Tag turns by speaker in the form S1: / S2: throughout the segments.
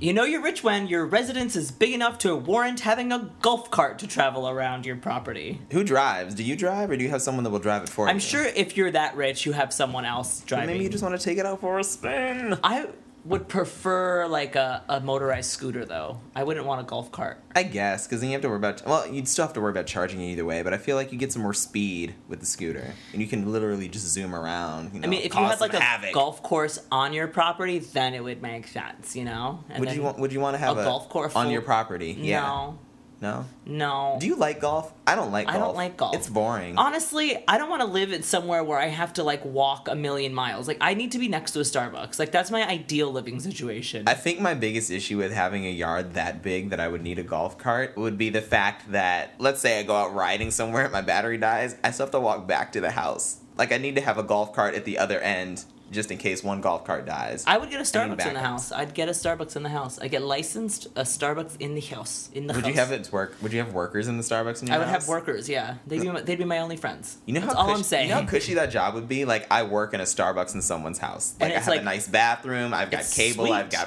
S1: You know you're rich when your residence is big enough to warrant having a golf cart to travel around your property.
S2: Who drives? Do you drive, or do you have someone that will drive it for you?
S1: I'm sure if you're that rich, you have someone else
S2: But
S1: driving.
S2: Maybe you just want to take it out for a spin.
S1: I would prefer like a, a motorized scooter though. I wouldn't want a golf cart.
S2: I guess, because then you have to worry about. Well, you'd still have to worry about charging it either way, but I feel like you get some more speed with the scooter, and you can literally just zoom around. You know,
S1: I mean, if you
S2: cause
S1: had
S2: some
S1: like a
S2: havoc.
S1: golf course on your property, then it would make sense, you know. And
S2: would
S1: then-
S2: you want? Would you want to have
S1: a golf course
S2: on
S1: full-
S2: your property? Yeah.
S1: No,
S2: No.
S1: no.
S2: Do you like golf? I don't like.
S1: I
S2: golf.
S1: don't like golf.
S2: It's boring.
S1: Honestly, I don't want to live in somewhere where I have to like walk a million miles. Like I need to be next to a Starbucks. Like that's my ideal living situation.
S2: I think my biggest issue with having a yard that big that I would need a golf cart would be the fact that, let's say I go out riding somewhere and my battery dies, I still have to walk back to the house. Like, I need to have a golf cart at the other end just in case one golf cart dies.
S1: I would get a
S2: I mean,
S1: Starbucks in the
S2: backups.
S1: house. I'd get a Starbucks in the house. I get licensed a Starbucks in the house. In the
S2: would
S1: house.
S2: you have it work? Would you have workers in the Starbucks in your
S1: I would
S2: house?
S1: have workers. Yeah, they'd be my, they'd be my only friends.
S2: You know
S1: That's
S2: how
S1: all
S2: cushy,
S1: I'm saying.
S2: You know how cushy that job would be? Like, I work in a Starbucks in someone's house.
S1: And
S2: Like, I
S1: it's
S2: have
S1: like-
S2: a nice bathroom. I've got
S1: it's
S2: cable. I've
S1: sweet.
S2: got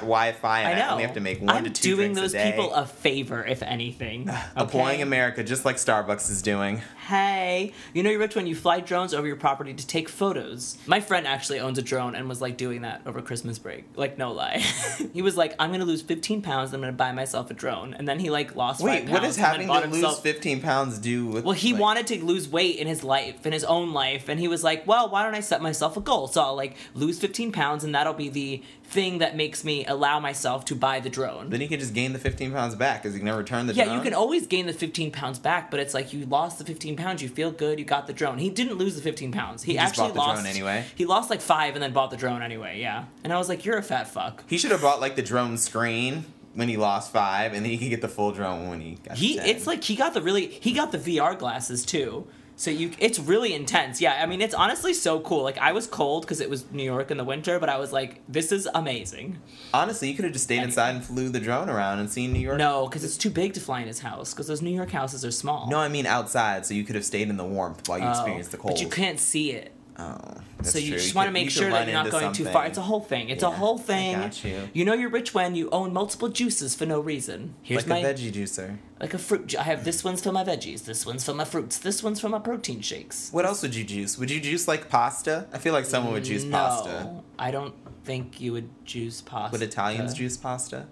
S2: Wi-Fi.
S1: I
S2: And I,
S1: know.
S2: only have to make one
S1: I'm
S2: to two
S1: doing
S2: drinks
S1: those
S2: a day.
S1: people a favor, if anything.
S2: Employing
S1: okay?
S2: America, just like Starbucks is doing.
S1: Hey, you know you're rich when you fly drones over your property to take photos. My friend actually owns a drone and was like doing that over Christmas break. Like no lie, he was like, "I'm gonna lose 15 pounds. I'm gonna buy myself a drone." And then he like lost.
S2: Wait,
S1: five
S2: what
S1: pounds
S2: does
S1: and then
S2: having
S1: bought
S2: to lose
S1: himself-
S2: 15 pounds do with
S1: Well, he
S2: like-
S1: wanted to lose weight in his life, in his own life, and he was like, "Well, why don't I set myself a goal? So I'll like lose 15 pounds, and that'll be the thing that makes me allow myself to buy the drone."
S2: Then he could just gain the 15 pounds back because he can never return the
S1: yeah,
S2: drone.
S1: you can always gain the 15 pounds back, but it's like you lost the 15 pounds, you feel good, you got the drone. He didn't lose the 15 pounds. He,
S2: He just
S1: actually
S2: bought the drone
S1: lost
S2: anyway.
S1: He lost like five and then bought the drone anyway. Yeah, and I was like, "You're a fat fuck."
S2: He should have bought like the drone screen when he lost five, and then he could get the full drone when he got.
S1: He,
S2: 10.
S1: it's like he got the really, he got the VR glasses too. So you, it's really intense. Yeah, I mean, it's honestly so cool. Like I was cold because it was New York in the winter, but I was like, "This is amazing."
S2: honestly, you could have just stayed
S1: Anyway.
S2: inside and flew the drone around and seen New York.
S1: No, because it's too big to fly in his house because those New York houses are small.
S2: no, I mean outside, so you could have stayed in the warmth while you
S1: Oh,
S2: experienced the cold.
S1: but you can't see it.
S2: Oh, that's
S1: so you
S2: true.
S1: just want to
S2: could-
S1: make
S2: could
S1: sure
S2: run
S1: that you're not
S2: into
S1: going too
S2: something.
S1: far. It's a whole thing. It's a
S2: Yeah,
S1: whole
S2: I
S1: thing.
S2: got you.
S1: know you're rich when you own multiple juices for no reason. Here's
S2: like
S1: my
S2: a veggie juicer.
S1: like a fruit. Ju- I have this one's for my veggies. This one's for my fruits. This one's for my protein shakes.
S2: What else would you juice? Would you juice like pasta? I feel like someone would juice
S1: no,
S2: pasta.
S1: I don't think you would juice pasta.
S2: Would Italians juice pasta?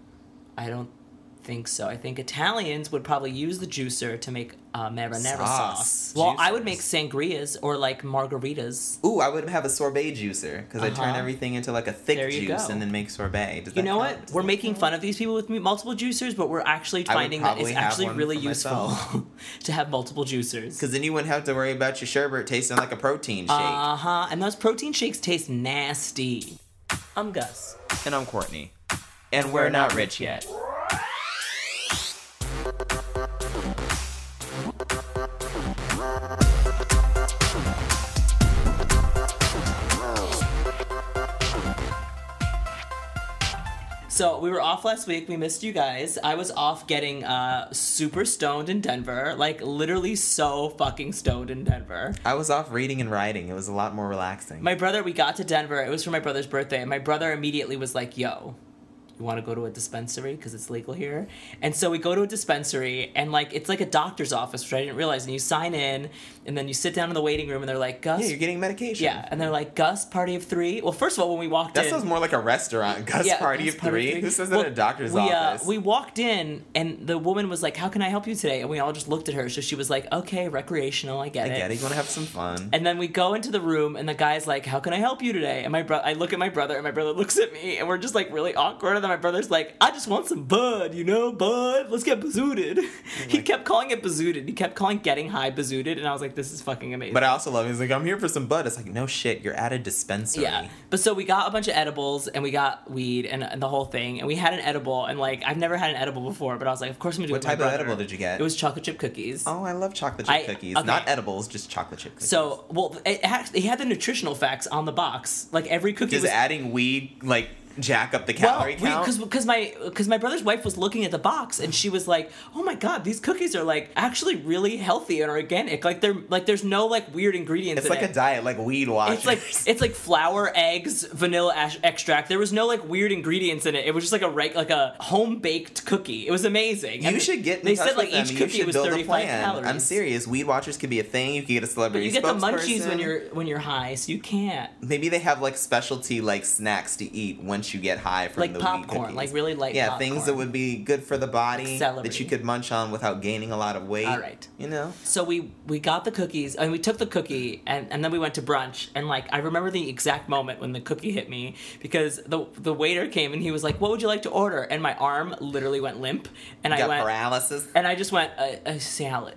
S1: I don't think so. I think Italians would probably use the juicer to make uh, marinara sauce.
S2: Sauce.
S1: Well, I would
S2: Juicers.
S1: make sangrias or like margaritas.
S2: Ooh, I would have a sorbet juicer because I turn
S1: Uh-huh.
S2: everything into like a thick
S1: There you
S2: juice
S1: go.
S2: and then make sorbet. Does
S1: You
S2: that
S1: know
S2: count?
S1: what? We're making fun of these people with mu- multiple juicers, but we're actually
S2: I would
S1: finding that it's
S2: probably have
S1: actually
S2: one
S1: really
S2: for
S1: useful
S2: myself.
S1: to have multiple juicers.
S2: Because then you wouldn't have to worry about your sherbet tasting like a protein shake.
S1: Uh huh. And those protein shakes taste nasty. I'm Gus.
S2: and I'm Courtney. And we're, not rich yet.
S1: So we were off last week. We missed you guys. I was off getting uh, super stoned in Denver, like literally so fucking stoned in Denver.
S2: I was off reading and writing. It was a lot more relaxing.
S1: My brother, we got to Denver. It was for my brother's birthday, and my brother immediately was like, "Yo, you want to go to a dispensary because it's legal here?" And so we go to a dispensary, and like it's like a doctor's office, which I didn't realize. And you sign in, and then you sit down in the waiting room, and they're like, "Gus,
S2: yeah,
S1: yeah,",
S2: you're getting medication.
S1: and they're like, "Gus, party of three? Well, first of all, when we walked
S2: That
S1: in,
S2: sounds more like a restaurant. Gus
S1: yeah,
S2: Party
S1: Gus
S2: of three. Who says that
S1: Well,
S2: at a doctor's
S1: we, uh,
S2: office?
S1: we walked in, and the woman was like, "How can I help you today?" And we all just looked at her. So she was like, "Okay, recreational. I get
S2: I
S1: it."
S2: get it. You want to have some fun.
S1: And then we go into the room, and the guy's like, "How can I help you today?" And my bro, I look at my brother, and my brother looks at me, and we're just like really awkward. And then my brother's like, "I just want some bud, you know, bud. Let's get bazooted." he kept calling it bazooted. He kept calling getting high bazooted, and I was like, "This is fucking amazing."
S2: but I also love. He's like, I'm here for some bud. It's like, no shit. You're at a dispensary.
S1: yeah, but so we got a bunch of edibles and we got weed and, and the whole thing, and we had an edible and like I've never had an edible before, but I was like, of course I'm gonna do
S2: What
S1: it with my
S2: type of
S1: brother."
S2: edible did you get?
S1: It was chocolate chip cookies.
S2: Oh, I love chocolate chip
S1: I-
S2: cookies.
S1: okay.
S2: Not edibles, just chocolate chip cookies.
S1: So well, it, had- it had the nutritional facts on the box. Like every cookie
S2: Does
S1: was
S2: adding weed like jack up the
S1: Well,
S2: calorie count.
S1: because because my because my brother's wife was looking at the box and she was like, "Oh my god, these cookies are like actually really healthy and organic. Like they're like there's no like weird ingredients."
S2: it's
S1: in
S2: like
S1: it.
S2: a diet, like weed watch.
S1: It's like it's like flour, eggs, vanilla ash- extract. There was no like weird ingredients in it. It was just like a reg- like a home baked cookie. It was amazing.
S2: you
S1: And
S2: should get. In
S1: they
S2: touch
S1: said like
S2: with them.
S1: each
S2: You
S1: cookie
S2: should
S1: was
S2: build a
S1: thirty five
S2: plan.
S1: calories.
S2: I'm serious. Weed watchers could be a thing. You could get a
S1: But
S2: celebrity.
S1: you get the munchies
S2: spokesperson.
S1: when you're when you're high, so you can't
S2: Maybe they have like specialty like snacks to eat once you get high from
S1: like
S2: the weed
S1: popcorn,
S2: cookies.
S1: like really light.
S2: yeah,
S1: popcorn.
S2: things that would be good for the body
S1: celery.
S2: that you could munch on without gaining a lot of weight.
S1: All right.
S2: you know.
S1: So we we got the cookies and we took the cookie and, and then we went to brunch and like I remember the exact moment when the cookie hit me because the the waiter came and he was like, "What would you like to order?" and my arm literally went limp and I
S2: Got
S1: went
S2: paralysis.
S1: and I just went a, a salad.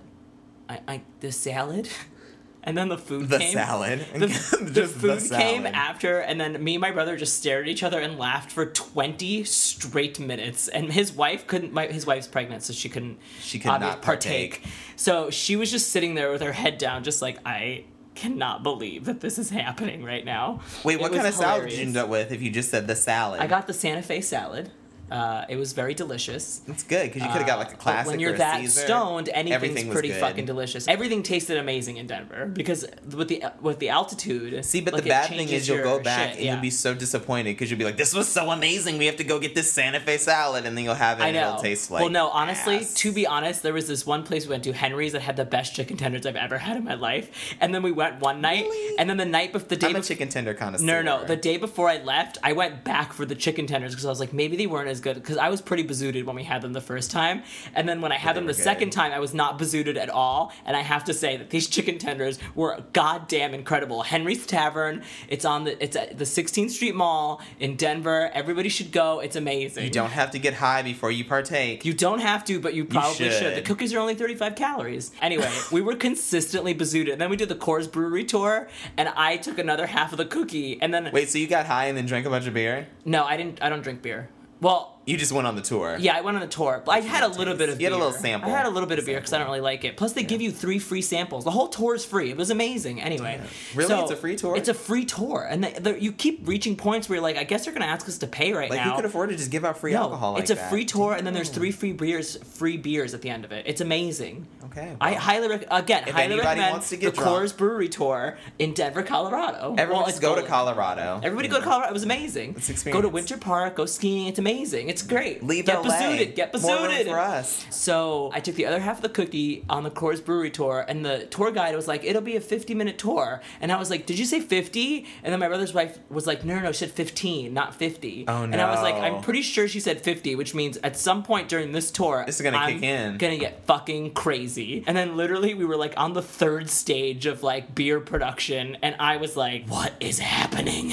S1: I, I the salad, and then the food
S2: The
S1: came.
S2: salad.
S1: The, the
S2: Just the
S1: food came
S2: salad.
S1: after, and then me and my brother just stared at each other and laughed for twenty straight minutes. And his wife couldn't. My, his wife's pregnant, so she couldn't.
S2: She could
S1: obvi-
S2: not partake.
S1: So she was just sitting there with her head down, just like I cannot believe that this is happening right now.
S2: Wait,
S1: It
S2: what
S1: was
S2: kind of salad did you
S1: hilarious.
S2: end up with if you just said the salad?
S1: I got the Santa Fe salad. Uh, it was very delicious. Uh,
S2: It's good because you could have got like a
S1: Um, But
S2: classic.
S1: When you're
S2: or a
S1: that
S2: Caesar.
S1: stoned, anything's
S2: Everything was
S1: pretty
S2: good.
S1: fucking delicious. Everything tasted amazing in Denver because with the with the altitude.
S2: See, but
S1: like,
S2: the
S1: it
S2: bad thing
S1: changes
S2: is you'll
S1: your
S2: go back
S1: shit,
S2: and
S1: yeah.
S2: you'll be so disappointed because you'll be like, "This was so amazing. We have to go get this Santa Fe salad," and then you'll have it
S1: I
S2: and
S1: know.
S2: it'll taste like.
S1: well, no, honestly,
S2: ass.
S1: to be honest, there was this one place we went to, Henry's, that had the best chicken tenders I've ever had in my life. And then we went one night,
S2: Really?
S1: and then the night before the day
S2: I'm a
S1: bef-
S2: chicken tender connoisseur.
S1: No, no, no. The day before I left, I went back for the chicken tenders because I was like, maybe they weren't as good. Because I was pretty bazooted when we had them the first time. And then when I had
S2: They
S1: them
S2: were
S1: the
S2: good.
S1: second time, I was not bazooted at all. And I have to say that these chicken tenders were goddamn incredible. Henry's Tavern. It's on the it's at the 16th Street Mall in Denver. Everybody should go. It's amazing.
S2: you don't have to get high before you partake.
S1: You don't have to, but you probably should.
S2: should.
S1: The cookies are only 35 calories. Anyway, we were consistently bazooted. And then we did the Coors Brewery tour, and I took another half of the cookie. And then
S2: Wait, so you got high and then drank a bunch of beer?
S1: No, I didn't. I don't drink beer. Well,
S2: You just went on the tour.
S1: yeah, I went on a tour. But I had a little bit of.
S2: You had a
S1: beer.
S2: little sample.
S1: I had a little bit of beer because I don't really like it. Plus, they give you three free samples. The whole tour is free. It was amazing. Anyway,
S2: Really? It's a free tour?
S1: It's a free tour, and they, they, you keep reaching points where you're like, I guess they're going to ask us to pay right
S2: Like
S1: now.
S2: you could afford to just give out free
S1: no,
S2: alcohol. Like
S1: it's a
S2: that.
S1: free tour, and then there's three free beers, free beers at the end of it. It's amazing.
S2: Okay.
S1: I
S2: well,
S1: highly rec- again
S2: If
S1: highly
S2: anybody
S1: recommend
S2: wants to get
S1: the
S2: drunk.
S1: Coors Brewery tour in Denver, Colorado.
S2: everyone
S1: Well,
S2: just
S1: it's
S2: go to
S1: Golden.
S2: Colorado.
S1: Everybody go to Colorado. It was amazing.
S2: It's
S1: Go to
S2: experience.
S1: Winter Park. Go skiing. It's amazing. It's great.
S2: Leave
S1: Get
S2: LA.
S1: bazooted. Get
S2: More room
S1: bazooted.
S2: for us.
S1: So I took the other half of the cookie on the Coors Brewery tour, and the tour guide was like, "It'll be a 50 minute tour," and I was like, "Did you say 50?" And then my brother's wife was like, "No, no, no, she said 15, not 50."
S2: Oh,
S1: And I was like,
S2: no.
S1: "I'm pretty sure she said 50, which means at some point during this tour,
S2: This is gonna
S1: I'm
S2: kick in.
S1: Gonna get fucking crazy." And then literally we were like on the third stage of like beer production, and I was like, "What is happening?"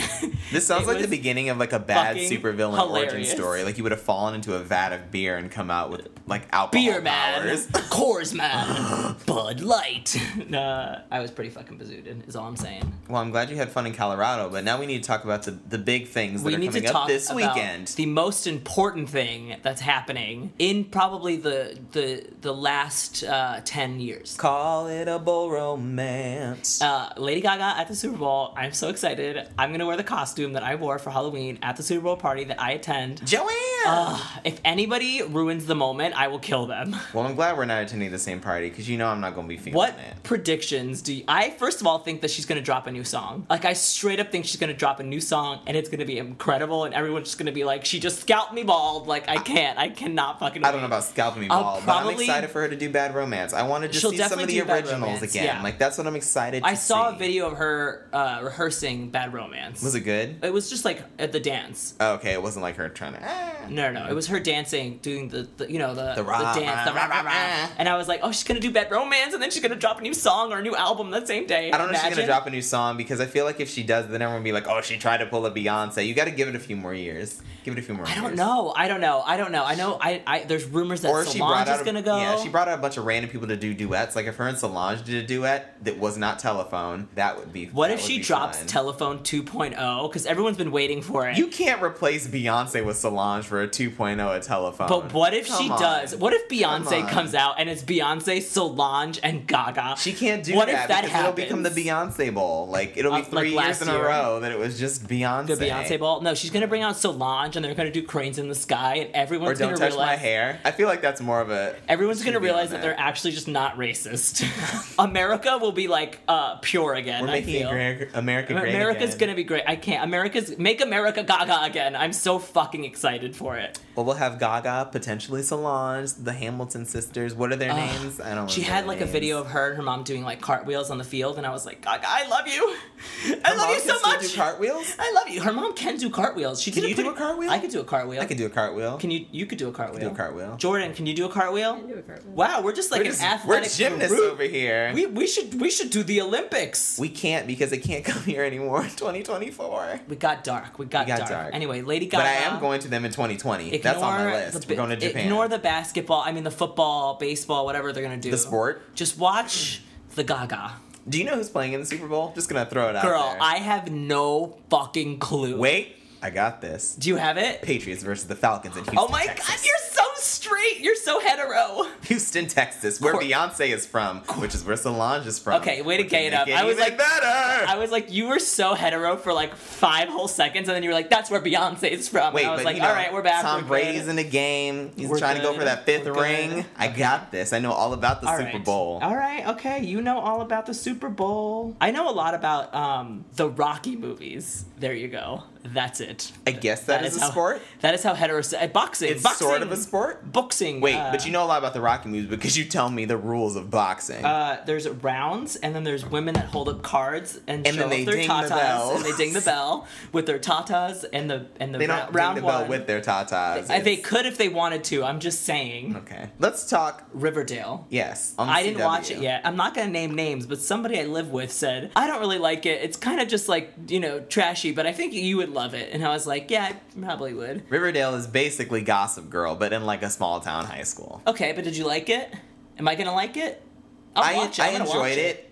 S2: This sounds
S1: It
S2: like the
S1: was
S2: beginning of like a bad
S1: fucking
S2: supervillain origin
S1: hilarious.
S2: story. Like you would have fallen into a vat of beer and come out with like alcohol
S1: Beer man,
S2: powers.
S1: Coors man, Bud Light. Nah, I was pretty fucking bazooted. Is all I'm saying.
S2: Well, I'm glad you had fun in Colorado, but now we need to talk about the, the big things that
S1: We
S2: are
S1: need to
S2: coming
S1: talk
S2: up this
S1: about
S2: weekend.
S1: the most important thing that's happening in probably the the the last uh, ten years.
S2: Call it a bull romance.
S1: Uh, Lady Gaga at the Super Bowl. I'm so excited. I'm gonna wear the costume that I wore for Halloween at the Super Bowl party that I attend.
S2: Joanne!
S1: Ugh, if anybody ruins the moment, I will kill them.
S2: well, I'm glad we're not attending the same party because you know I'm not going to be feeling
S1: What
S2: it.
S1: predictions do you, I first of all think that she's gonna drop a new song? Like I straight up think she's gonna drop a new song and it's gonna be incredible and everyone's just gonna be like, she just scalped me bald. Like I can't, I cannot fucking.
S2: I don't
S1: wait.
S2: know about scalping me
S1: I'll
S2: bald, but I'm
S1: probably-
S2: excited for her to do Bad Romance. I want to just
S1: She'll
S2: see some of
S1: definitely
S2: the
S1: do Bad
S2: originals
S1: Romance,
S2: again.
S1: yeah.
S2: Like that's what I'm excited. to
S1: I saw
S2: see.
S1: a video of her uh, rehearsing Bad Romance.
S2: Was it good?
S1: It was just like at the dance.
S2: Oh, okay, it wasn't like her trying to. "Ah."
S1: No, no, no. It was her dancing, doing the, the you know, the,
S2: The rah,
S1: dance, the
S2: rah,
S1: rah,
S2: rah,
S1: rah,
S2: rah.
S1: rah. And I was like, oh, she's going to do Bad Romance, and then she's going to drop a new song or a new album that same day.
S2: I don't know if she's
S1: Imagine.
S2: gonna drop a new song because I feel like if she does, then everyone will be like, "Oh, she tried to pull a Beyonce." You got to give it a few more years. Give it a few more.
S1: I don't
S2: years.
S1: know. I don't know. I don't know. I know. I. I there's rumors that
S2: Or she
S1: Solange
S2: brought out.
S1: is
S2: A,
S1: going to go.
S2: Yeah, she brought out a bunch of random people to do duets. Like if her and Solange did a duet that was not telephone, that would be.
S1: What
S2: that
S1: if
S2: would
S1: she
S2: be
S1: drops
S2: fun.
S1: Telephone 2.0? Because everyone's been waiting for it.
S2: You can't replace Beyonce with Solange for a 2.0 at telephone.
S1: but what if she
S2: Come on.
S1: does? What if Beyonce
S2: Come on.
S1: comes out and it's Beyonce, Solange, and Gaga?
S2: She can't do
S1: What
S2: that.
S1: if that
S2: because
S1: happens?
S2: It'll become the Beyonce Bowl. Like it'll be
S1: Uh, like
S2: three years
S1: last
S2: in a
S1: year.
S2: row that it was just Beyonce.
S1: the Beyonce ball. No, she's gonna bring out Solange, and they're gonna do Cranes in the Sky, and
S2: Or
S1: everyone's
S2: don't
S1: gonna
S2: touch my
S1: realize
S2: hair. I feel like that's more of a.
S1: everyone's gonna
S2: should be on
S1: realize that. they're actually just not racist. America will be like uh, pure again.
S2: We're
S1: I
S2: making
S1: feel.
S2: Amer- America great
S1: America's
S2: again.
S1: gonna be great. I can't. America's make America Gaga again. I'm so fucking excited for it.
S2: Well, we'll have Gaga, potentially Solange, the Hamilton sisters. What are their
S1: Ugh.
S2: names? I don't.
S1: She
S2: remember
S1: had
S2: their
S1: like a
S2: names.
S1: video of her and her mom doing like cartwheels on the field, and I was like, Gaga, I love you. I
S2: Her
S1: love
S2: mom
S1: you
S2: can
S1: so
S2: still
S1: much.
S2: Do cartwheels?
S1: I love you. Her mom can do cartwheels. She
S2: Can
S1: did
S2: you do
S1: pretty-
S2: a cartwheel?
S1: I could do a cartwheel.
S2: I could do a cartwheel.
S1: Can you? You could do a cartwheel.
S2: do a cartwheel.
S1: Jordan, can you do a cartwheel? Wow, we're just like
S2: we're,
S1: an
S2: just- we're
S1: athletic
S2: gymnasts
S1: group.
S2: over here.
S1: We we should we should do the Olympics. We,
S2: We can't because they can't come here anymore in 2024.
S1: got dark. We got,
S2: We got
S1: dark.
S2: dark.
S1: Anyway, Lady Gaga.
S2: But I am going to them in 2020.
S1: Ignore
S2: That's on my list.
S1: The,
S2: We're going to Japan.
S1: Ignore the basketball. I mean, the football, baseball, whatever they're gonna do.
S2: The sport.
S1: Just watch the Gaga.
S2: Do you know who's playing in the Super Bowl? Just gonna throw it out
S1: Girl,
S2: there.
S1: I have no fucking clue.
S2: wait. I got this.
S1: Do you have it?
S2: Patriots versus the Falcons in Houston.
S1: Oh my
S2: Texas.
S1: god, you're so straight. You're so hetero.
S2: Houston, Texas, where
S1: Cor-
S2: Beyonce is from, which is where Solange is from.
S1: Okay, way to
S2: which will
S1: gay it
S2: make
S1: up. I was
S2: even
S1: like-
S2: better.
S1: I was like, you were so hetero for like five whole seconds, and then you were like, that's where Beyonce's from.
S2: Wait,
S1: and I was
S2: but
S1: like,
S2: you know,
S1: all right, we're back.
S2: Tom
S1: we're
S2: Brady's
S1: good.
S2: in the game. He's
S1: We're
S2: trying to go
S1: good.
S2: for that 5th
S1: We're good.
S2: ring. I got this. I know all about the
S1: All
S2: Super
S1: right.
S2: Bowl.
S1: All right, okay. You know all about the Super Bowl. I know a lot about um, the Rocky movies. There you go. That's it.
S2: I guess that is, a
S1: how,
S2: sport.
S1: That is how heterosexual boxing.
S2: It's
S1: boxing,
S2: sort of a sport.
S1: Boxing.
S2: Wait,
S1: uh,
S2: but you know a lot about the Rocky moves because you tell me the rules of boxing.
S1: Uh, there's rounds, and then there's women that hold up cards and, show
S2: And then
S1: off
S2: they
S1: their
S2: ding the
S1: tatas,
S2: bell.
S1: and they ding the bell with their tatas and the and the
S2: they
S1: ra-
S2: don't
S1: round
S2: ring the bell
S1: one.
S2: with their tatas.
S1: I- they
S2: It's-
S1: could if they wanted to. I'm just saying,
S2: Okay, let's talk
S1: Riverdale.
S2: Yes. on
S1: I didn't
S2: CW.
S1: watch it yet. I'm not going to name names, but somebody I live with said, I don't really like it. It's kind of just like, you know, trashy, but I think you would love it. And I was like, yeah, I probably would.
S2: Riverdale is basically Gossip Girl, but in like a small town high school.
S1: Okay, but did you like it? Am I going to like it? I'll
S2: I,
S1: watch it.
S2: I
S1: I'm gonna
S2: enjoyed
S1: watch
S2: it.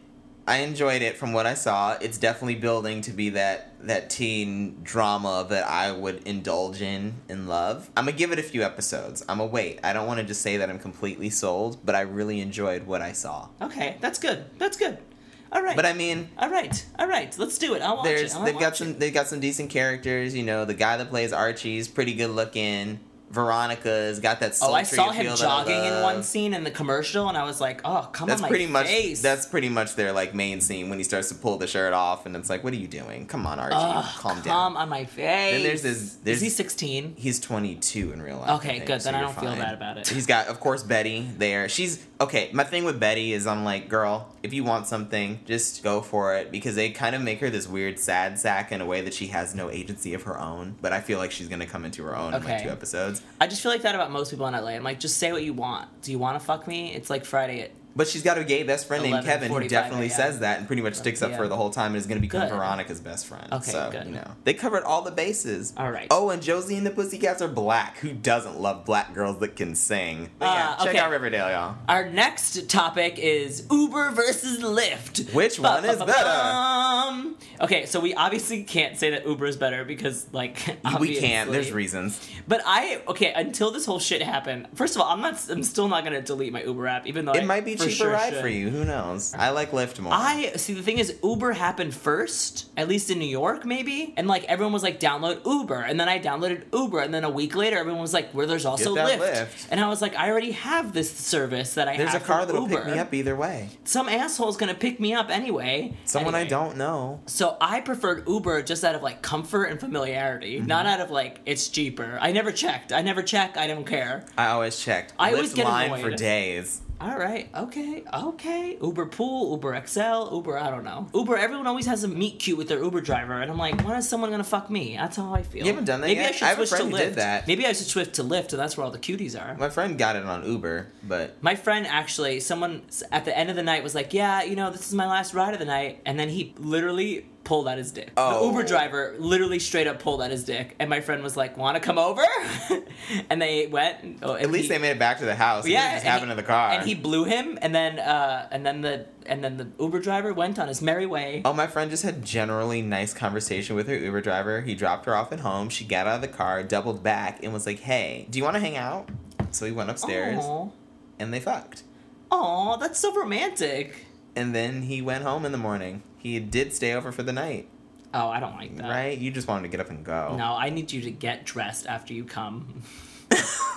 S2: I enjoyed it from what I saw. It's definitely building to be that that teen drama that I would indulge in and love. I'm gonna give it a few episodes. I'm gonna wait. I don't want to just say that I'm completely sold, but I really enjoyed what I saw.
S1: Okay, that's good. That's good. All right.
S2: But I mean,
S1: all right. All right. Let's do it. I'll watch
S2: there's
S1: it. I'll
S2: they've got
S1: watch
S2: some
S1: it.
S2: they've got some decent characters. You know, the guy that plays Archie's pretty good looking. Veronica's got that.
S1: Oh, I
S2: sultry
S1: saw him
S2: appeal that I
S1: jogging in
S2: love.
S1: one scene in the commercial, and I was like, "Oh, come
S2: That's
S1: on, my
S2: pretty much
S1: face."
S2: that's pretty much their like main scene when he starts to pull the shirt off and it's like, what are you doing? Come on, Archie,
S1: Ugh,
S2: calm down.
S1: Come on my face.
S2: Then there's this. There's
S1: Is he 16?
S2: he's 22 in real life. I
S1: Okay,
S2: think,
S1: good,
S2: so
S1: then I
S2: you're
S1: don't feel
S2: fine.
S1: bad about it.
S2: He's got, of course, Betty there. She's okay. My thing with Betty is I'm like, girl, if you want something, just go for it because they kind of make her this weird sad sack in a way that she has no agency of her own. But I feel like she's gonna come into her own in like
S1: Okay.
S2: two episodes.
S1: I just feel like that about most people in LA. I'm like, just say what you want. Do you want to fuck me? It's like Friday at
S2: But she's got a gay best friend named
S1: 11,
S2: Kevin who
S1: 45
S2: definitely
S1: AM.
S2: says that and pretty much sticks up for her the whole time and is going to become
S1: Good.
S2: Veronica's best friend.
S1: Okay,
S2: so,
S1: good.
S2: you know. They covered all the bases.
S1: All right.
S2: Oh, and Josie and the Pussycats are black. Who doesn't love black girls that can sing? But yeah,
S1: Uh,
S2: check
S1: okay.
S2: out Riverdale, y'all.
S1: Our next topic is Uber versus Lyft.
S2: Which one is
S1: Ba-ba-ba-bum. Okay, so we obviously can't say that Uber is better because, like,
S2: We can't. There's
S1: obviously.
S2: reasons.
S1: But I okay until this whole shit happened. First of all, I'm not. I'm still not gonna delete my Uber app, even though
S2: It
S1: I
S2: might be a
S1: for
S2: cheaper
S1: sure
S2: ride
S1: should.
S2: for you. Who knows? I like Lyft more.
S1: I see the thing is Uber happened first, at least in New York maybe, and like everyone was like download Uber, and then I downloaded Uber, and then a week later everyone was like, "Where there's also
S2: that
S1: Lyft.
S2: Lyft.
S1: and I was like, "I already have this service that I
S2: There's a
S1: have
S2: car
S1: from
S2: that'll
S1: Uber.
S2: pick me up either way.
S1: Some asshole's gonna pick me up anyway.
S2: Someone I
S1: Anyway.
S2: don't know.
S1: So I preferred Uber just out of like comfort and familiarity,
S2: Mm-hmm.
S1: not out of like it's cheaper. I never checked. I never check. I don't care.
S2: I always checked.
S1: I
S2: Lyft
S1: always get
S2: line for
S1: annoyed.
S2: days.
S1: All right, okay, okay. Uber Pool, Uber XL, Uber, I don't know. Uber, everyone always has a meet cute with their Uber driver, and I'm like, when is someone gonna fuck me? That's how I feel.
S2: You haven't done that
S1: Maybe
S2: yet?
S1: I should
S2: I have a
S1: switch
S2: friend
S1: to
S2: who
S1: Lyft.
S2: did that.
S1: Maybe I should switch to Lyft, and that's where all the cuties are.
S2: My friend got it on Uber, but
S1: My friend actually, someone s- at the end of the night was like, yeah, you know, this is my last ride of the night. And then he literally pulled at his dick.
S2: Oh.
S1: The Uber driver literally straight up pulled at his dick, and my friend was like, "Want to come over?" and they went. and- oh,
S2: At least they made it back to the house. Yeah, it just
S1: and
S2: happened
S1: he-
S2: in the car.
S1: And he blew him, and then uh, and then the and then the Uber driver went on his merry way.
S2: Oh, my friend just had generally nice conversation with her Uber driver. He dropped her off at home. She got out of the car, doubled back, and was like, "Hey, do you want to hang out?" So he went upstairs
S1: Aw.
S2: and they fucked.
S1: Aw, that's so romantic.
S2: And then he went home in the morning. He did stay over for the night,
S1: Oh, I don't like that.
S2: right? You just wanted to get up and go.
S1: No, I need you to get dressed after you come.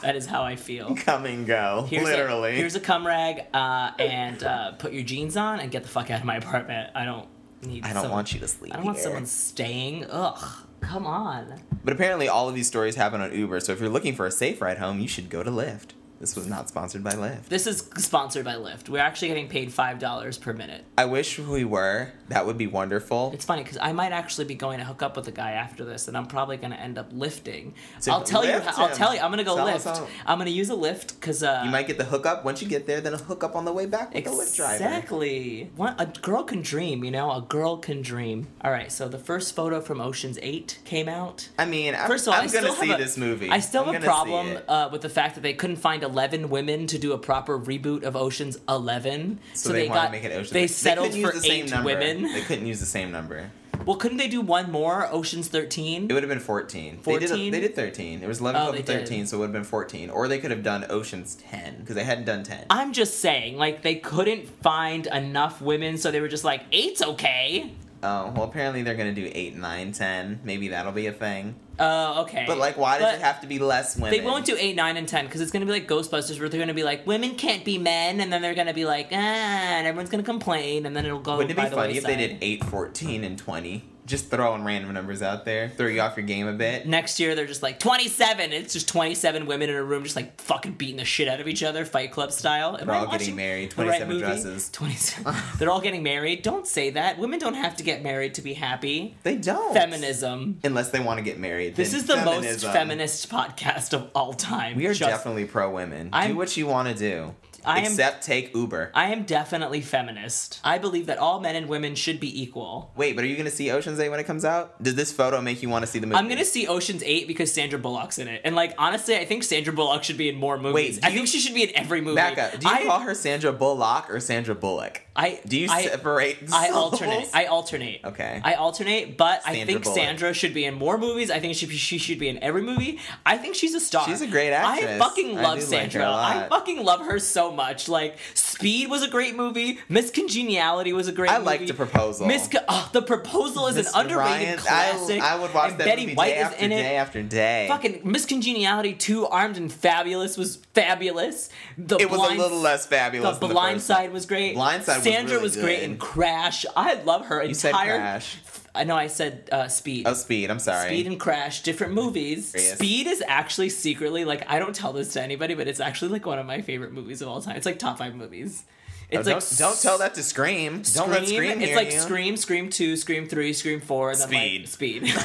S1: that is how I feel.
S2: Come and go, literally.
S1: A, here's a cum rag, uh, and uh, put your jeans on and get the fuck out of my apartment. I don't need.
S2: I don't
S1: someone-
S2: want you to sleep.
S1: I don't want
S2: here.
S1: someone staying. Ugh, come on.
S2: But apparently, all of these stories happen on Uber. So if you're looking for a safe ride home, you should go to Lyft. This was not sponsored by Lyft.
S1: This is sponsored by Lyft. We're actually getting paid five dollars per minute.
S2: I wish we were. That would be wonderful.
S1: It's funny because I might actually be going to hook up with a guy after this, and I'm probably going to end up lifting.
S2: So
S1: I'll tell you.
S2: lift
S1: How, I'll
S2: him.
S1: tell you. I'm going to go
S2: Sell
S1: lift.
S2: us out.
S1: I'm going to use a lift because uh,
S2: You might get the hookup once you get there, then a hookup on the way back with the Lyft driver.
S1: Exactly. What a girl can dream, you know. A girl can dream. All right. So the first photo from Ocean's Eight came out.
S2: I mean, I'm,
S1: First of all,
S2: I'm
S1: I
S2: gonna
S1: still
S2: see
S1: have a-
S2: this movie.
S1: I still
S2: I'm
S1: have a
S2: gonna see
S1: problem
S2: it.
S1: uh, with the fact that they couldn't find eleven women to do a proper reboot of Ocean's Eleven.
S2: So, they, want to make it Ocean's.
S1: They settled
S2: couldn't
S1: for
S2: use the same
S1: eight
S2: number.
S1: women.
S2: They couldn't use the same number.
S1: Well, couldn't they do one more Ocean's Thirteen?
S2: It would have been 14. They did,
S1: 14?
S2: they did 13. It was 11,
S1: Oh,
S2: 12, and
S1: they did.
S2: 13, so it would have been 14. Or they could have done Ocean's 10, because they hadn't done 10.
S1: I'm just saying, like they couldn't find enough women, so they were just like, eight's okay.
S2: Oh, well, apparently they're going to do 8, 9, 10. Maybe that'll be a thing.
S1: Oh, okay.
S2: But, like, why does
S1: But-
S2: it have to be less women?
S1: They won't do eight, nine, and ten because it's gonna be like Ghostbusters, where they're gonna be like, women can't be men, and then they're gonna be like, ah, and everyone's gonna complain, and then it'll go.
S2: Wouldn't it
S1: by
S2: be
S1: the
S2: funny if they
S1: wayside.
S2: did 8, 14, and 20? Just throwing random numbers out there, throw you off your game a bit.
S1: Next year, they're just like twenty-seven. It's just twenty-seven women in a room, just like fucking beating the shit out of each other, Fight Club style. Am
S2: They're
S1: I
S2: all getting
S1: watching
S2: married,
S1: the right
S2: 27
S1: movie?
S2: dresses.
S1: Twenty-seven. they're all getting married. Don't say that. Women don't have to get married to be happy.
S2: They don't.
S1: Feminism.
S2: Unless they want to get married.
S1: This
S2: then
S1: is the most
S2: feminism.
S1: feminist podcast of all time.
S2: We are
S1: Just-
S2: definitely pro women. Do
S1: I'm-
S2: what you want to do.
S1: I am-
S2: except take Uber.
S1: I am definitely feminist. I believe that all men and women should be equal.
S2: Wait, but are you going to see Ocean's 8 when it comes out? Does this photo make you want to see the movie?
S1: I'm gonna see Ocean's Eight because Sandra Bullock's in it, and like honestly, I think Sandra Bullock should be in more movies.
S2: Wait, do
S1: I
S2: you-
S1: think she should be in every movie.
S2: Back up. Do you
S1: I,
S2: call her Sandra Bullock or Sandra Bullock?
S1: I
S2: Do you
S1: I,
S2: separate? the
S1: I alternate.
S2: syllables?
S1: I alternate.
S2: Okay.
S1: I alternate, but I
S2: Sandra
S1: think
S2: Bullock.
S1: Sandra should be in more movies. I think she she should be in every movie. I think she's a star.
S2: She's a great
S1: I
S2: actress.
S1: fucking
S2: I
S1: love
S2: do like her a
S1: Sandra. I
S2: lot.
S1: fucking love her so much. Like Speed was a great movie. Miss Congeniality was a great.
S2: I
S1: movie.
S2: liked The Proposal.
S1: Miss Co- oh, the Proposal is
S2: Mr.
S1: an underrated
S2: Ryan, I-
S1: classic.
S2: I, would watch
S1: and
S2: that
S1: Betty
S2: movie
S1: White
S2: day
S1: is
S2: after
S1: in it.
S2: day after day.
S1: Fucking Miss Congeniality 2, Armed and Fabulous was fabulous. The
S2: it was
S1: blind,
S2: a little less
S1: The
S2: fabulous. than the
S1: blind
S2: first
S1: side was great.
S2: Blind Side was
S1: Sandra
S2: really
S1: was great
S2: good.
S1: in Crash. I love her
S2: You said
S1: entire.
S2: Crash.
S1: I know I said uh, Speed.
S2: Oh, Speed. I'm sorry.
S1: Speed and Crash, different movies.
S2: Curious.
S1: Speed is actually secretly like I don't tell this to anybody, but it's actually like one of my favorite movies of all time. It's like top five movies.
S2: Oh,
S1: It's
S2: don't,
S1: like
S2: don't tell that to Scream.
S1: Scream.
S2: don't let Scream
S1: it's
S2: hear
S1: like
S2: you.
S1: Scream, Scream Two, Scream Three, Scream Four, and then like Speed.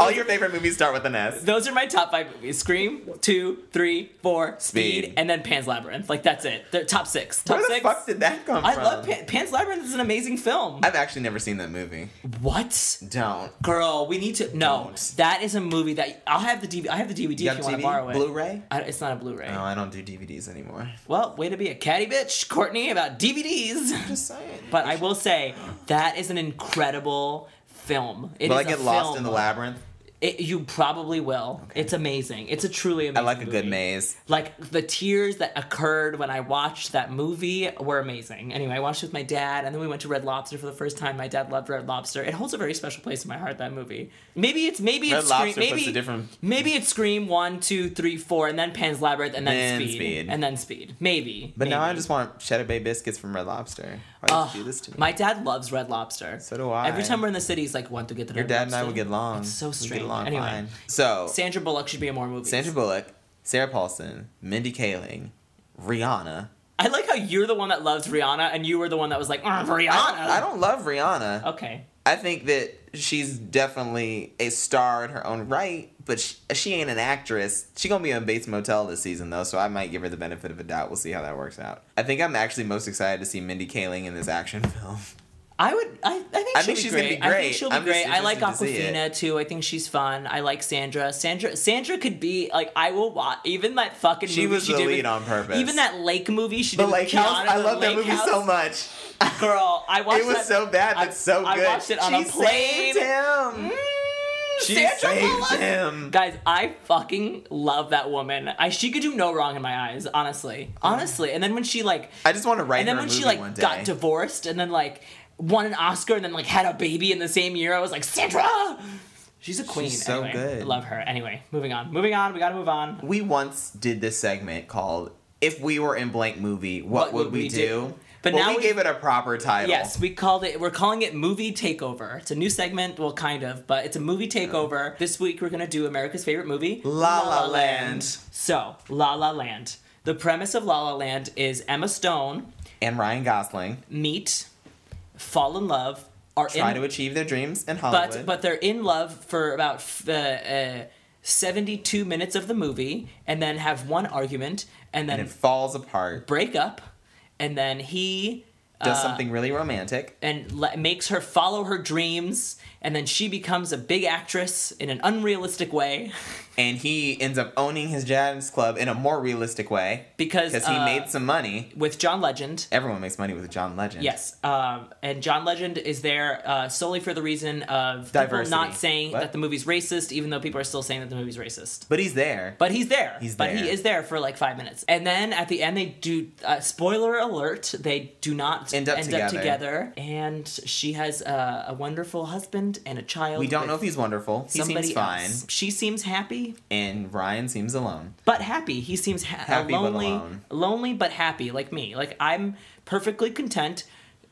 S2: All your favorite movies start with an S.
S1: Those are my top five movies: Scream, two, three, four, Speed,
S2: Speed.
S1: and then Pan's Labyrinth. Like that's it. They're top six. Top
S2: Where the
S1: six.
S2: fuck did that come
S1: I
S2: from?
S1: love Pan- Pan's Labyrinth. is an amazing film.
S2: I've actually never seen that movie.
S1: what,
S2: Don't.
S1: girl? We need to. No,
S2: Don't.
S1: that is a movie that I'll have the DVD. I have the DVD
S2: You
S1: if
S2: have
S1: you want
S2: DVD?
S1: to borrow it.
S2: Blu-ray?
S1: I, it's not a Blu-ray.
S2: No, I don't do DVDs anymore.
S1: Well, way to be a catty bitch, Courtney, about DVDs.
S2: Just saying.
S1: But I will say that is an incredible film. It
S2: Will I
S1: is a
S2: get lost
S1: film.
S2: in the labyrinth?
S1: It, you probably will. It's amazing. It's a truly
S2: I
S1: amazing.
S2: like a good
S1: movie.
S2: maze.
S1: like the tears that occurred when I watched that movie were amazing. Anyway, I watched it with my dad, and then we went to Red Lobster for the first time. My dad loved Red Lobster. It holds a very special place in my heart. That movie. Maybe it's maybe
S2: Red
S1: it's Scream,
S2: Lobster puts
S1: maybe
S2: a different-
S1: maybe it's Scream one, two, three, four, and then Pan's Labyrinth, and then,
S2: Then
S1: speed,
S2: Speed.
S1: and then Speed. Maybe.
S2: But now I
S1: maybe.
S2: just want Cheddar Bay biscuits from Red Lobster. Why
S1: Ugh,
S2: did you do this to me?
S1: my dad loves Red Lobster.
S2: So do I.
S1: Every time we're in the city, he's like, "Want to get the
S2: Your
S1: Red
S2: dad and
S1: Lobster?"
S2: I would get along.
S1: It's so
S2: We'd get
S1: strange.
S2: along
S1: Anyway.
S2: fine. So
S1: Sandra Bullock should be in more movies.
S2: Sandra Bullock, Sarah Paulson, Mindy Kaling, Rihanna.
S1: I like how you're the one that loves Rihanna, and you were the one that was like, "Mm, "Rihanna."
S2: I don't, I don't love Rihanna.
S1: Okay.
S2: I think that she's definitely a star in her own right, but she, she ain't an actress. She gonna be on Bates Motel this season though, so I might give her the benefit of a doubt. We'll see how that works out. I think I'm actually most excited to see Mindy Kaling in this action film.
S1: I would. I, I think.
S2: I
S1: she'll
S2: think
S1: be
S2: she's gonna
S1: great.
S2: be
S1: I
S2: great.
S1: think she'll be
S2: I'm just
S1: great. I like
S2: interested to see
S1: Aquafina too. I think she's fun. I like Sandra. Sandra. Sandra could be like. I will watch even that fucking.
S2: She
S1: movie
S2: was
S1: she
S2: the
S1: did
S2: lead
S1: with-
S2: on purpose.
S1: Even that lake movie she
S2: The
S1: did.
S2: Lake
S1: with
S2: House.
S1: Keanu,
S2: I
S1: the
S2: love that
S1: Lake
S2: movie
S1: House.
S2: so much.
S1: Girl, I watched.
S2: It was
S1: that-
S2: so bad,
S1: I-
S2: but so
S1: I
S2: good.
S1: watched it on
S2: she
S1: a plane. Mm,
S2: Saved him. she
S1: Sandra
S2: saved
S1: Bullock?
S2: him.
S1: Guys, I fucking love that woman. I she could do no wrong in my eyes, honestly,
S2: Mm.
S1: honestly. And then when she like,
S2: I just want to write
S1: and then
S2: her a
S1: when
S2: movie
S1: she
S2: one
S1: like
S2: day.
S1: got divorced, and then like won an Oscar, and then like had a baby in the same year, I was like, Sandra, she's a queen.
S2: She's so
S1: anyway,
S2: good.
S1: Love her. Anyway, moving on, moving on. We gotta move on.
S2: we once did this segment called "If We Were in Blank Movie, What, Would We, Do?"
S1: But
S2: Well,
S1: now
S2: we
S1: we-
S2: gave it a proper title.
S1: Yes, we called it. We're calling it movie takeover. It's a new segment, well, kind of, but it's a movie takeover. This week we're gonna do America's favorite movie,
S2: La La Land.
S1: So, La La Land. The premise of La La Land is Emma Stone
S2: and Ryan Gosling
S1: meet, fall in love, are
S2: try
S1: in,
S2: to achieve their dreams in Hollywood.
S1: but but they're in love for about f- uh, uh, seventy-two minutes of the movie, and then have one argument, and then
S2: and it falls apart.
S1: break up, and then he
S2: Does
S1: uh,
S2: something really romantic.
S1: and le- makes her follow her dreams, and then she becomes a big actress in an unrealistic way
S2: And he ends up owning his jazz club in a more realistic way
S1: because
S2: because he
S1: uh,
S2: made some money.
S1: with John Legend.
S2: Everyone makes money with John Legend.
S1: Yes, um, and John Legend is there uh, solely for the reason of
S2: Diversity.
S1: people not saying
S2: What?
S1: that the movie's racist, even though people are still saying that the movie's racist.
S2: But he's there.
S1: But he's there.
S2: He's
S1: but
S2: there.
S1: he is there for like five minutes, and then at the end they do. Uh, spoiler alert: they do not
S2: End up together.
S1: together. and she has a, a wonderful husband and a child.
S2: we don't know if
S1: with
S2: he's wonderful. He
S1: somebody
S2: seems fine.
S1: else. She seems happy,
S2: And Ryan seems alone.
S1: but happy. He seems ha-
S2: Happy but
S1: lonely,
S2: alone.
S1: lonely but happy, like me. Like I'm perfectly content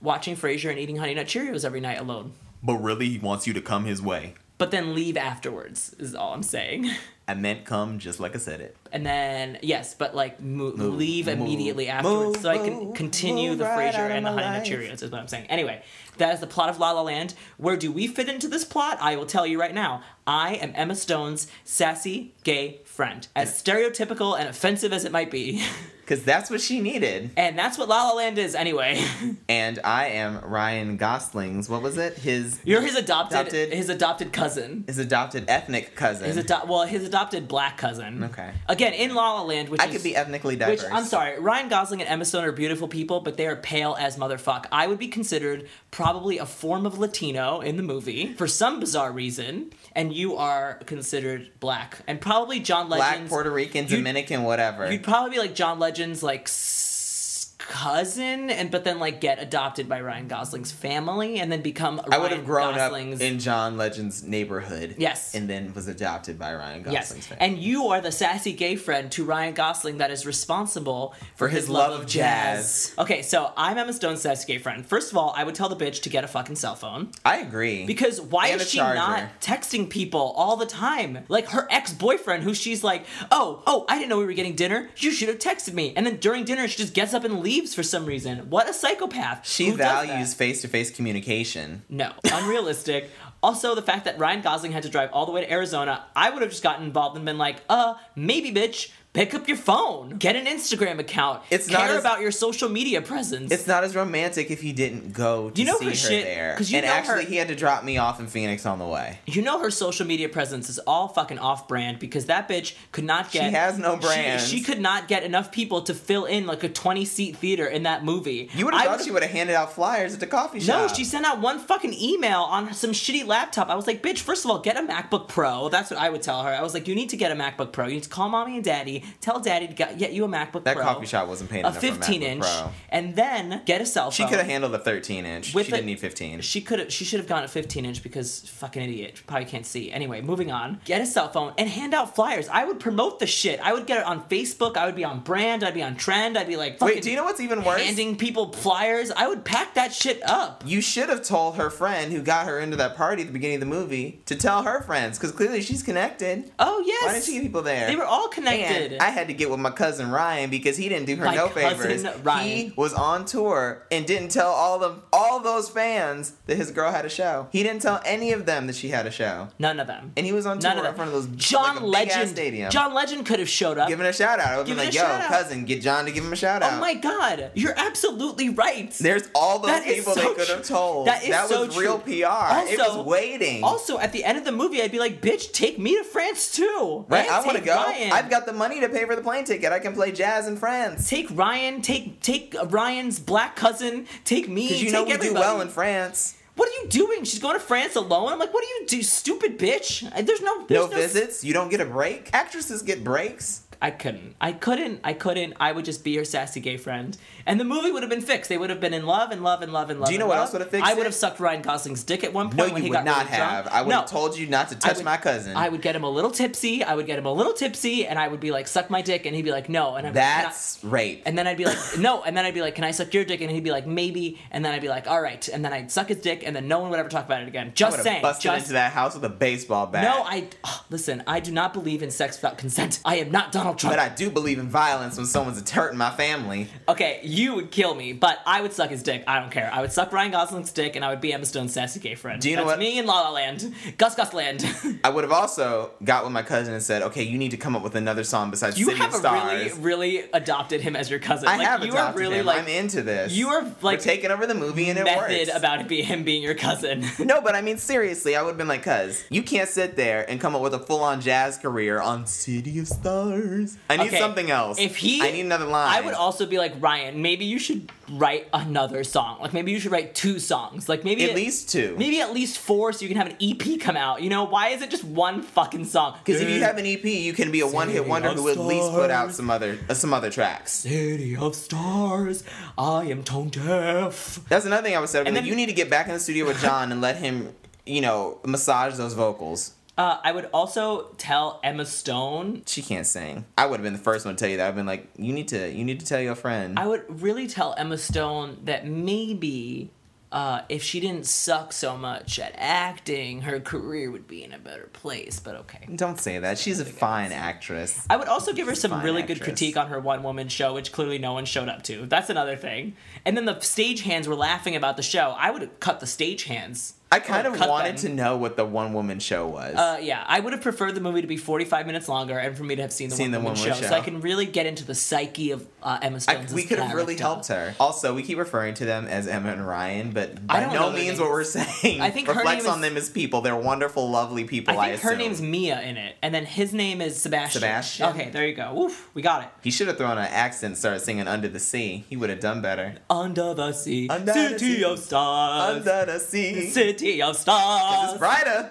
S1: watching Frasier and eating Honey Nut Cheerios every night alone.
S2: But really, he wants you to come his way.
S1: But then leave afterwards is all I'm saying.
S2: I meant come just like I said it.
S1: And then yes, but like mo-
S2: Move,
S1: leave
S2: move,
S1: immediately afterwards,
S2: move,
S1: so I can
S2: move,
S1: continue
S2: move
S1: the
S2: right out
S1: Frasier
S2: of
S1: and the
S2: my
S1: Honey Nut
S2: life.
S1: Cheerios is what I'm saying. Anyway, that is the plot of La La Land. Where do we fit into this plot? I will tell you right now. I am Emma Stone's sassy gay friend, as stereotypical and offensive as it might be,
S2: Because that's what she needed.
S1: and that's what La La Land is anyway.
S2: And I am Ryan Gosling's, what was it? His
S1: You're his adopted,
S2: Adopted.
S1: his adopted cousin.
S2: his adopted ethnic cousin.
S1: His ado- well, his adopted black cousin.
S2: Okay.
S1: Again, in La La Land, which
S2: I
S1: is,
S2: could be ethnically
S1: Which
S2: diverse.
S1: I'm sorry, Ryan Gosling and Emma Stone are beautiful people, but they are pale as motherfuck. I would be considered probably a form of Latino in the movie for some bizarre reason, and you are considered black, and probably John
S2: Black,
S1: Legend's.
S2: Puerto Rican,
S1: You-
S2: Dominican, whatever.
S1: you'd probably be like John Legend's like s- cousin, and but then like get adopted by Ryan Gosling's family, and then become
S2: I would have grown
S1: Gosling's.
S2: up in John Legend's neighborhood.
S1: Yes.
S2: And then was adopted by Ryan
S1: Yes,
S2: Gosling's family.
S1: and you are the sassy gay friend to Ryan Gosling that is responsible
S2: For his love of jazz.
S1: Okay, so I'm Emma Stone's sassy gay friend. First of all, I would tell the bitch to get a fucking cell phone
S2: I agree.
S1: because why
S2: And a
S1: is she
S2: charger.
S1: not texting people all the time? Like her ex boyfriend, who she's like, oh, oh, I didn't know we were getting dinner. You should have texted me. And then during dinner, she just gets up and leaves for some reason. What a psychopath!
S2: she
S1: Who does that?
S2: values face to face communication.
S1: No, unrealistic. also, the fact that Ryan Gosling had to drive all the way to Arizona, I would have just gotten involved and been like, uh, maybe, bitch, pick up your phone, get an Instagram account,
S2: It's
S1: care
S2: not as-
S1: about your social media presence.
S2: It's not as romantic if you didn't go to
S1: You know
S2: see
S1: her
S2: her
S1: shit,
S2: there.
S1: 'cause you
S2: and
S1: know her-
S2: actually, he had to drop me off in Phoenix on the way.
S1: you know her social media presence is all fucking off-brand because that bitch could not get.
S2: has no
S1: she-
S2: brand.
S1: She, could not get enough people to fill in like a twenty-seat theater in that movie.
S2: You would
S1: I
S2: have thought
S1: would've-
S2: she would have handed out flyers at the coffee
S1: No,
S2: shop.
S1: she sent out one fucking email on some shitty laptop. I was like, bitch, first of all, get a MacBook Pro. That's what I would tell her. I was like, you need to get a MacBook Pro. You need to call mommy and daddy. Tell daddy to get, get you a MacBook
S2: that
S1: Pro.
S2: coffee shop wasn't paying
S1: A
S2: enough for a
S1: 15 inch.
S2: Pro.
S1: And then get a cell
S2: She
S1: phone.
S2: could have handled a 13 inch.
S1: With
S2: she
S1: the-
S2: didn't need 15.
S1: She could have. She should have gone at 15 inch because fucking idiot. Probably can't see. Anyway, moving on. Get a cell phone and hand out flyers. I would promote the shit. I would get it on Facebook. I would be on brand. I'd be on trend. I'd be like, fucking
S2: Wait, do you know what's even worse?
S1: handing people flyers. I would pack that shit up.
S2: you should have told her friend who got her into that party at the beginning of the movie to tell her friends because clearly she's connected.
S1: Oh yes.
S2: Why didn't she get people there?
S1: They were all
S2: And
S1: connected. it.
S2: I had to get with my cousin Ryan because he didn't do her
S1: My
S2: no
S1: cousin
S2: favors.
S1: Ryan.
S2: He was on tour and didn't tell all of all those fans that his girl had a show. He didn't tell any of them that she had a show.
S1: None of them.
S2: And he was on tour
S1: None of them.
S2: in front of those
S1: John
S2: like a big-ass
S1: Legend.
S2: stadium.
S1: John Legend could have showed up.
S2: giving a shout out. I would have
S1: Give
S2: been
S1: it
S2: like,
S1: a
S2: yo,
S1: shout out."
S2: cousin, get John to give him a shout out.
S1: Oh my God! You're absolutely right.
S2: There's all those
S1: That is
S2: people
S1: so
S2: they could have
S1: true.
S2: told.
S1: That is so
S2: was
S1: true.
S2: real PR. it
S1: Also-
S2: was waiting.
S1: also, at the end of the movie, I'd be like, "Bitch, take me to France too."
S2: right,
S1: And
S2: I want to
S1: take
S2: go.
S1: Ryan.
S2: I've got the money to pay for the plane ticket. I can play jazz in France.
S1: Take Ryan. Take take Ryan's black cousin. Take me.
S2: Because you
S1: take
S2: know we
S1: everybody.
S2: do well in France.
S1: What are you doing? She's going to France alone. I'm like, what do you do, stupid bitch? I- There's no
S2: No,
S1: there's
S2: visits. You don't get a break. Actresses get breaks.
S1: I couldn't. I couldn't. I couldn't. I would just be your sassy gay friend, and the movie would have been fixed. They would have been in love and love and love and love.
S2: Do you know
S1: and
S2: what
S1: love.
S2: else would have fixed
S1: I would
S2: it?
S1: have sucked Ryan Gosling's dick at one point.
S2: No,
S1: when
S2: you
S1: he
S2: would
S1: got
S2: not
S1: really
S2: have.
S1: Drunk.
S2: I would
S1: no,
S2: have told you not to
S1: I
S2: touch
S1: would-
S2: my cousin.
S1: I would get him a little tipsy. I would get him a little tipsy, and I would be like, "Suck my dick," and he'd be like, "No," and I'd be like, "Can I-"
S2: That's rape.
S1: And then I'd be like, no. And then I'd be like, can I suck your dick? And he'd be like, maybe. And then I'd be like, all right. And then I'd suck his dick, and then no one would ever talk about it again.
S2: I
S1: Just
S2: would
S1: saying.
S2: have busted
S1: just
S2: into that house with a baseball bat.
S1: no. I ugh, listen. I do not believe in sex without consent. I am not Donald Trump.
S2: But I do believe in violence when someone's hurting my family.
S1: Okay, you would kill me, but I would suck his dick. I don't care. I would suck Ryan Gosling's dick, and I would be Emma Stone's sassy gay friend.
S2: Do you know
S1: That's
S2: what-
S1: me in La La Land, Gus Gus Land.
S2: I would have also got with my cousin and said, "Okay, you need to come up with another song besides
S1: you
S2: City
S1: have
S2: of Stars."
S1: really, really adopted him as your cousin.
S2: I
S1: like,
S2: have
S1: you
S2: adopted
S1: are really
S2: him.
S1: like
S2: I'm into this.
S1: you are, like,
S2: We're taking over the movie and it
S1: method
S2: works.
S1: about it be him being your cousin.
S2: no, but I mean seriously, I would have been like, "Cuz you can't sit there and come up with a full-on jazz career on City of Stars. I need
S1: Okay,
S2: something else.
S1: if he-
S2: I need another line.
S1: I would also be like Ryan. Maybe you should write another song. Like maybe you should write two songs. Like maybe
S2: at
S1: it-
S2: least two.
S1: maybe at least four, so you can have an EP come out. You know why is it just one fucking song?
S2: Because if you have an EP, you can be a one-hit wonder
S1: of
S2: who at least put out
S1: Stars.
S2: some other uh, some other tracks.
S1: City of Stars, I am tone deaf.
S2: That's another thing I would say. I'd be
S1: And
S2: like,
S1: then-
S2: you need to get back in the studio with John and let him, you know, massage those vocals.
S1: Uh, I would also tell Emma Stone.
S2: she can't sing. I would have been the first one to tell you that. I've been like, you need to, you need to tell your friend.
S1: I would really tell Emma Stone that maybe uh, if she didn't suck so much at acting, her career would be in a better place. But okay.
S2: Don't say that. She's a fine actress.
S1: I would also give her some
S2: fine
S1: really good
S2: actress.
S1: critique on her one woman show, which clearly no one showed up to. That's another thing. And then the stagehands were laughing about the show. I would have cut the stagehands.
S2: I kind
S1: Or
S2: of
S1: cut
S2: wanted
S1: them.
S2: to know what the one woman show was.
S1: Uh, yeah, I would have preferred the movie to be 45 minutes longer and for me to have seen the
S2: Seen
S1: one,
S2: the
S1: woman
S2: one-woman
S1: show,
S2: show.
S1: so I can really get into the psyche of uh, Emma
S2: I,
S1: Stone's
S2: we could have really
S1: character.
S2: helped her. Also, we keep referring to them as Emma and Ryan, but by
S1: don't know
S2: no
S1: their
S2: means what we're saying
S1: I think her
S2: reflects
S1: name
S2: on
S1: is-
S2: them as people. They're wonderful, lovely people. I,
S1: I think her
S2: assume.
S1: name's Mia in it, and then his name is Sebastian.
S2: Sebastian.
S1: Okay, there you go. Oof, we got it.
S2: He should have thrown an accent, and started singing "Under the Sea." He would have done better.
S1: Under the sea,
S2: Under the
S1: city
S2: sea.
S1: of stars,
S2: Under the sea,
S1: city of
S2: it's
S1: stars.
S2: brighter.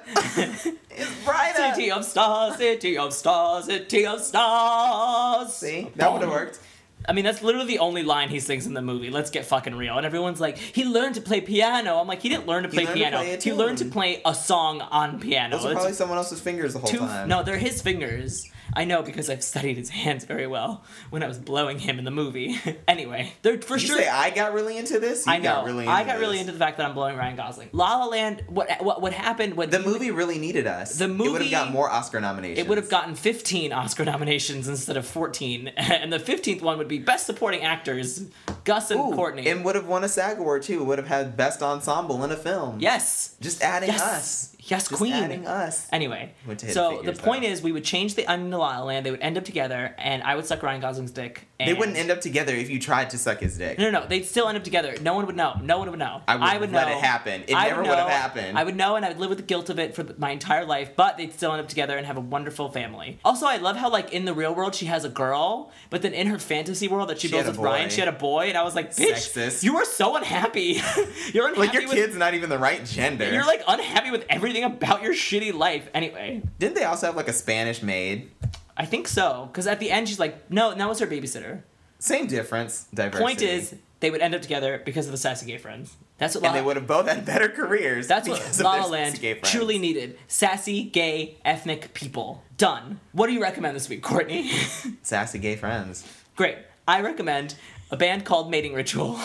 S2: it's brighter.
S1: City of stars, city of stars, city of stars.
S2: See, that would have worked.
S1: I mean, that's literally the only line he sings in the movie. Let's get fucking real. And everyone's like, he learned to play piano. I'm like, he didn't learn to play
S2: learned to
S1: piano.
S2: play a
S1: he learned to
S2: tune.
S1: play a song on piano.
S2: Those are
S1: That's
S2: probably someone else's fingers the whole
S1: two-
S2: time.
S1: no, they're his fingers. I know because I've studied his hands very well when I was blowing him in the movie. anyway, they're for
S2: You
S1: sure.
S2: say I got really into this. You
S1: I know.
S2: Got really into
S1: I got really
S2: this.
S1: into the fact that I'm blowing Ryan Gosling. La La Land. What what what happened? What
S2: the movie. Really needed us.
S1: The
S2: It would
S1: movie-
S2: have got more Oscar nominations.
S1: It would have gotten 15 Oscar nominations instead of 14, and the 15th one would be Best Supporting Actors, Gus and
S2: Ooh,
S1: Courtney.
S2: and would have won a SAG award too. Would have had best ensemble in a film.
S1: yes.
S2: Just adding
S1: Yes.
S2: us.
S1: Yes,
S2: Just
S1: Queen.
S2: Adding us.
S1: Anyway,
S2: Went to hit
S1: so
S2: figures,
S1: the point
S2: though.
S1: is, we would change the I'm in La La Land. They would end up together, and I would suck Ryan Gosling's dick. And
S2: They wouldn't end up together if you tried to suck his dick.
S1: No, no, no. They'd still end up together. No one would know. No one would know.
S2: I would let it happen. It never would
S1: know.
S2: have happened.
S1: I would know, and I would live with the guilt of it for my entire life. But they'd still end up together and have a wonderful family. Also, I love how like in the real world she has a girl, but then in her fantasy world that she,
S2: had
S1: builds with
S2: a
S1: Ryan,
S2: boy.
S1: she had a boy, and I was like, bitch,
S2: Sexist.
S1: you are so unhappy. you're unhappy
S2: Like your
S1: with.
S2: kid's not even the right gender.
S1: You're like unhappy with everything about your shitty life. Anyway,
S2: Didn't they also have like a Spanish maid?
S1: I think so. Because at the end, she's like, no, and that was her babysitter.
S2: Same difference. Diversity.
S1: Point is, they would end up together because of the sassy gay friends. That's what.
S2: and
S1: La-
S2: they would have both had better careers.
S1: That's what
S2: because of
S1: La
S2: their
S1: La Land
S2: gay friends.
S1: truly needed. Sassy, gay, ethnic people. Done. What do you recommend this week, Courtney?
S2: sassy gay friends.
S1: Great. I recommend a band called Mating Ritual.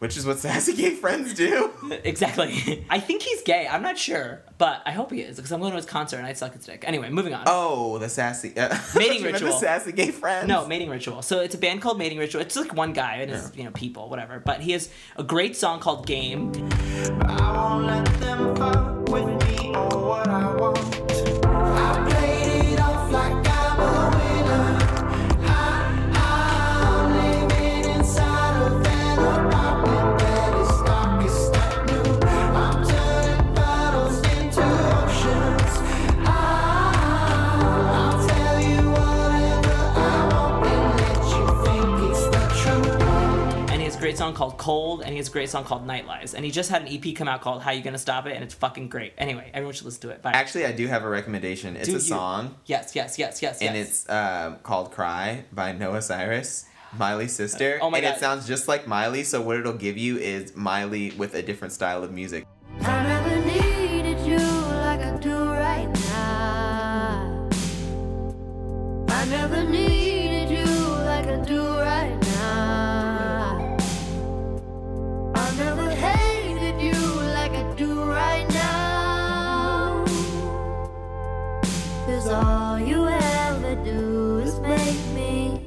S2: which is what Sasuke friends do.
S1: exactly. I think he's gay. I'm not sure, but I hope he is because I'm going to his concert and I'd suck his dick. Anyway, moving on.
S2: Oh, the sassy uh,
S1: Mating
S2: remember
S1: ritual.
S2: Sasuke friends.
S1: No, Mating Ritual. So it's a band called Mating Ritual. It's like one guy and his, you know, people, whatever. But he has a great song called Game.
S3: I won't let them fuck with me or what I want. I played it off like I'm a winner. I, am living inside of an apartment that is dark as dark blue. I'm turning bottles into oceans. I, will tell you whatever I want and let you think it's the truth.
S1: and he has a great song called Cold, and he has a great song called Night Lies, and he just had an EP come out called How You Gonna Stop It, and it's fucking great. Anyway, everyone should listen to it. Bye.
S2: Actually, I do have a recommendation. It's
S1: Do
S2: a
S1: you-
S2: song,
S1: yes, yes, yes, yes,
S2: and
S1: yes.
S2: it's um, called "Cry" by Noah Cyrus, Miley's sister.
S1: Oh my
S2: and
S1: God.
S2: it sounds just like Miley. So what it'll give you is Miley with a different style of music.
S4: I never needed you like I do right now. I never needed you like I do right now. I never hated you like I do right now. Cause all you ever do is make me.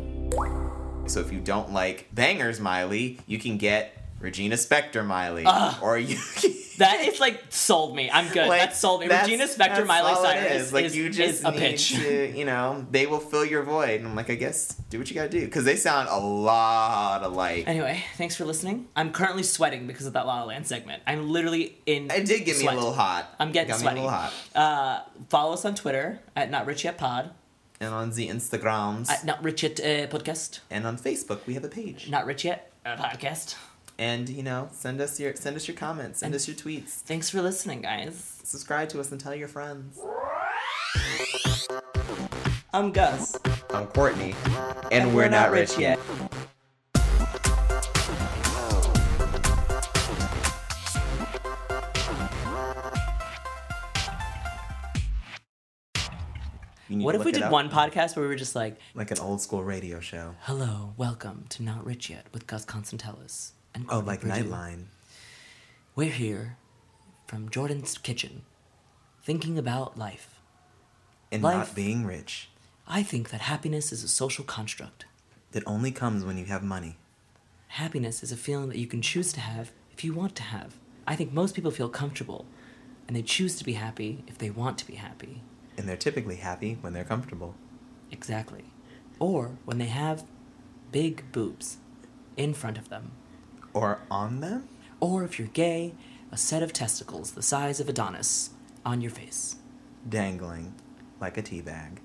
S2: So if you don't like bangers, Miley, you can get Regina Spektor Miley, or you. Can,
S1: that is like sold me. I'm good.
S2: like,
S1: that sold me. Regina Spektor,
S2: that's
S1: Miley
S2: all it
S1: Cyrus is,
S2: Like
S1: is,
S2: you just
S1: a
S2: need
S1: pitch.
S2: to, you know, they will fill your void. And I'm like, I guess do what you gotta do because they sound a lot alike.
S1: Anyway, thanks for listening. I'm currently sweating because of that La La Land segment. I'm literally in.
S2: It did get me
S1: sweat.
S2: a little hot.
S1: I'm getting
S2: Got
S1: sweaty.
S2: me a little hot.
S1: Uh, follow us on Twitter at Not Rich Yet Pod,
S2: And on the Instagrams
S1: at Not Rich Yet uh, Podcast,
S2: and on Facebook, we have a page.
S1: Not Rich Yet uh, Podcast.
S2: And you know, send us your send us your comments, send
S1: And-
S2: us your tweets,
S1: Thanks for listening, guys.
S2: subscribe to us, and tell your friends.
S1: I'm Gus.
S2: I'm Courtney, and, we're, not, rich, yet. You need
S1: What
S2: to
S1: if
S2: look
S1: we
S2: it
S1: did
S2: up.
S1: one podcast where we were just like,
S2: like an old school radio show?
S1: "Hello, welcome to Not Rich Yet with Gus Constantelis and
S2: Oh,
S1: Courtney
S2: like
S1: Perdue.
S2: Nightline.
S1: We're here from Jordan's kitchen, thinking about life.
S2: and
S1: Life.
S2: not being rich
S1: I think that happiness is a social construct.
S2: that only comes when you have money.
S1: Happiness is a feeling that you can choose to have if you want to have. I think most people feel comfortable, and they choose to be happy if they want to be happy.
S2: And they're typically happy when they're comfortable.
S1: Exactly. Or when they have big boobs in front of them.
S2: Or on them?
S1: Or if you're gay, a set of testicles the size of Adonis on your face.
S2: Dangling like a tea bag.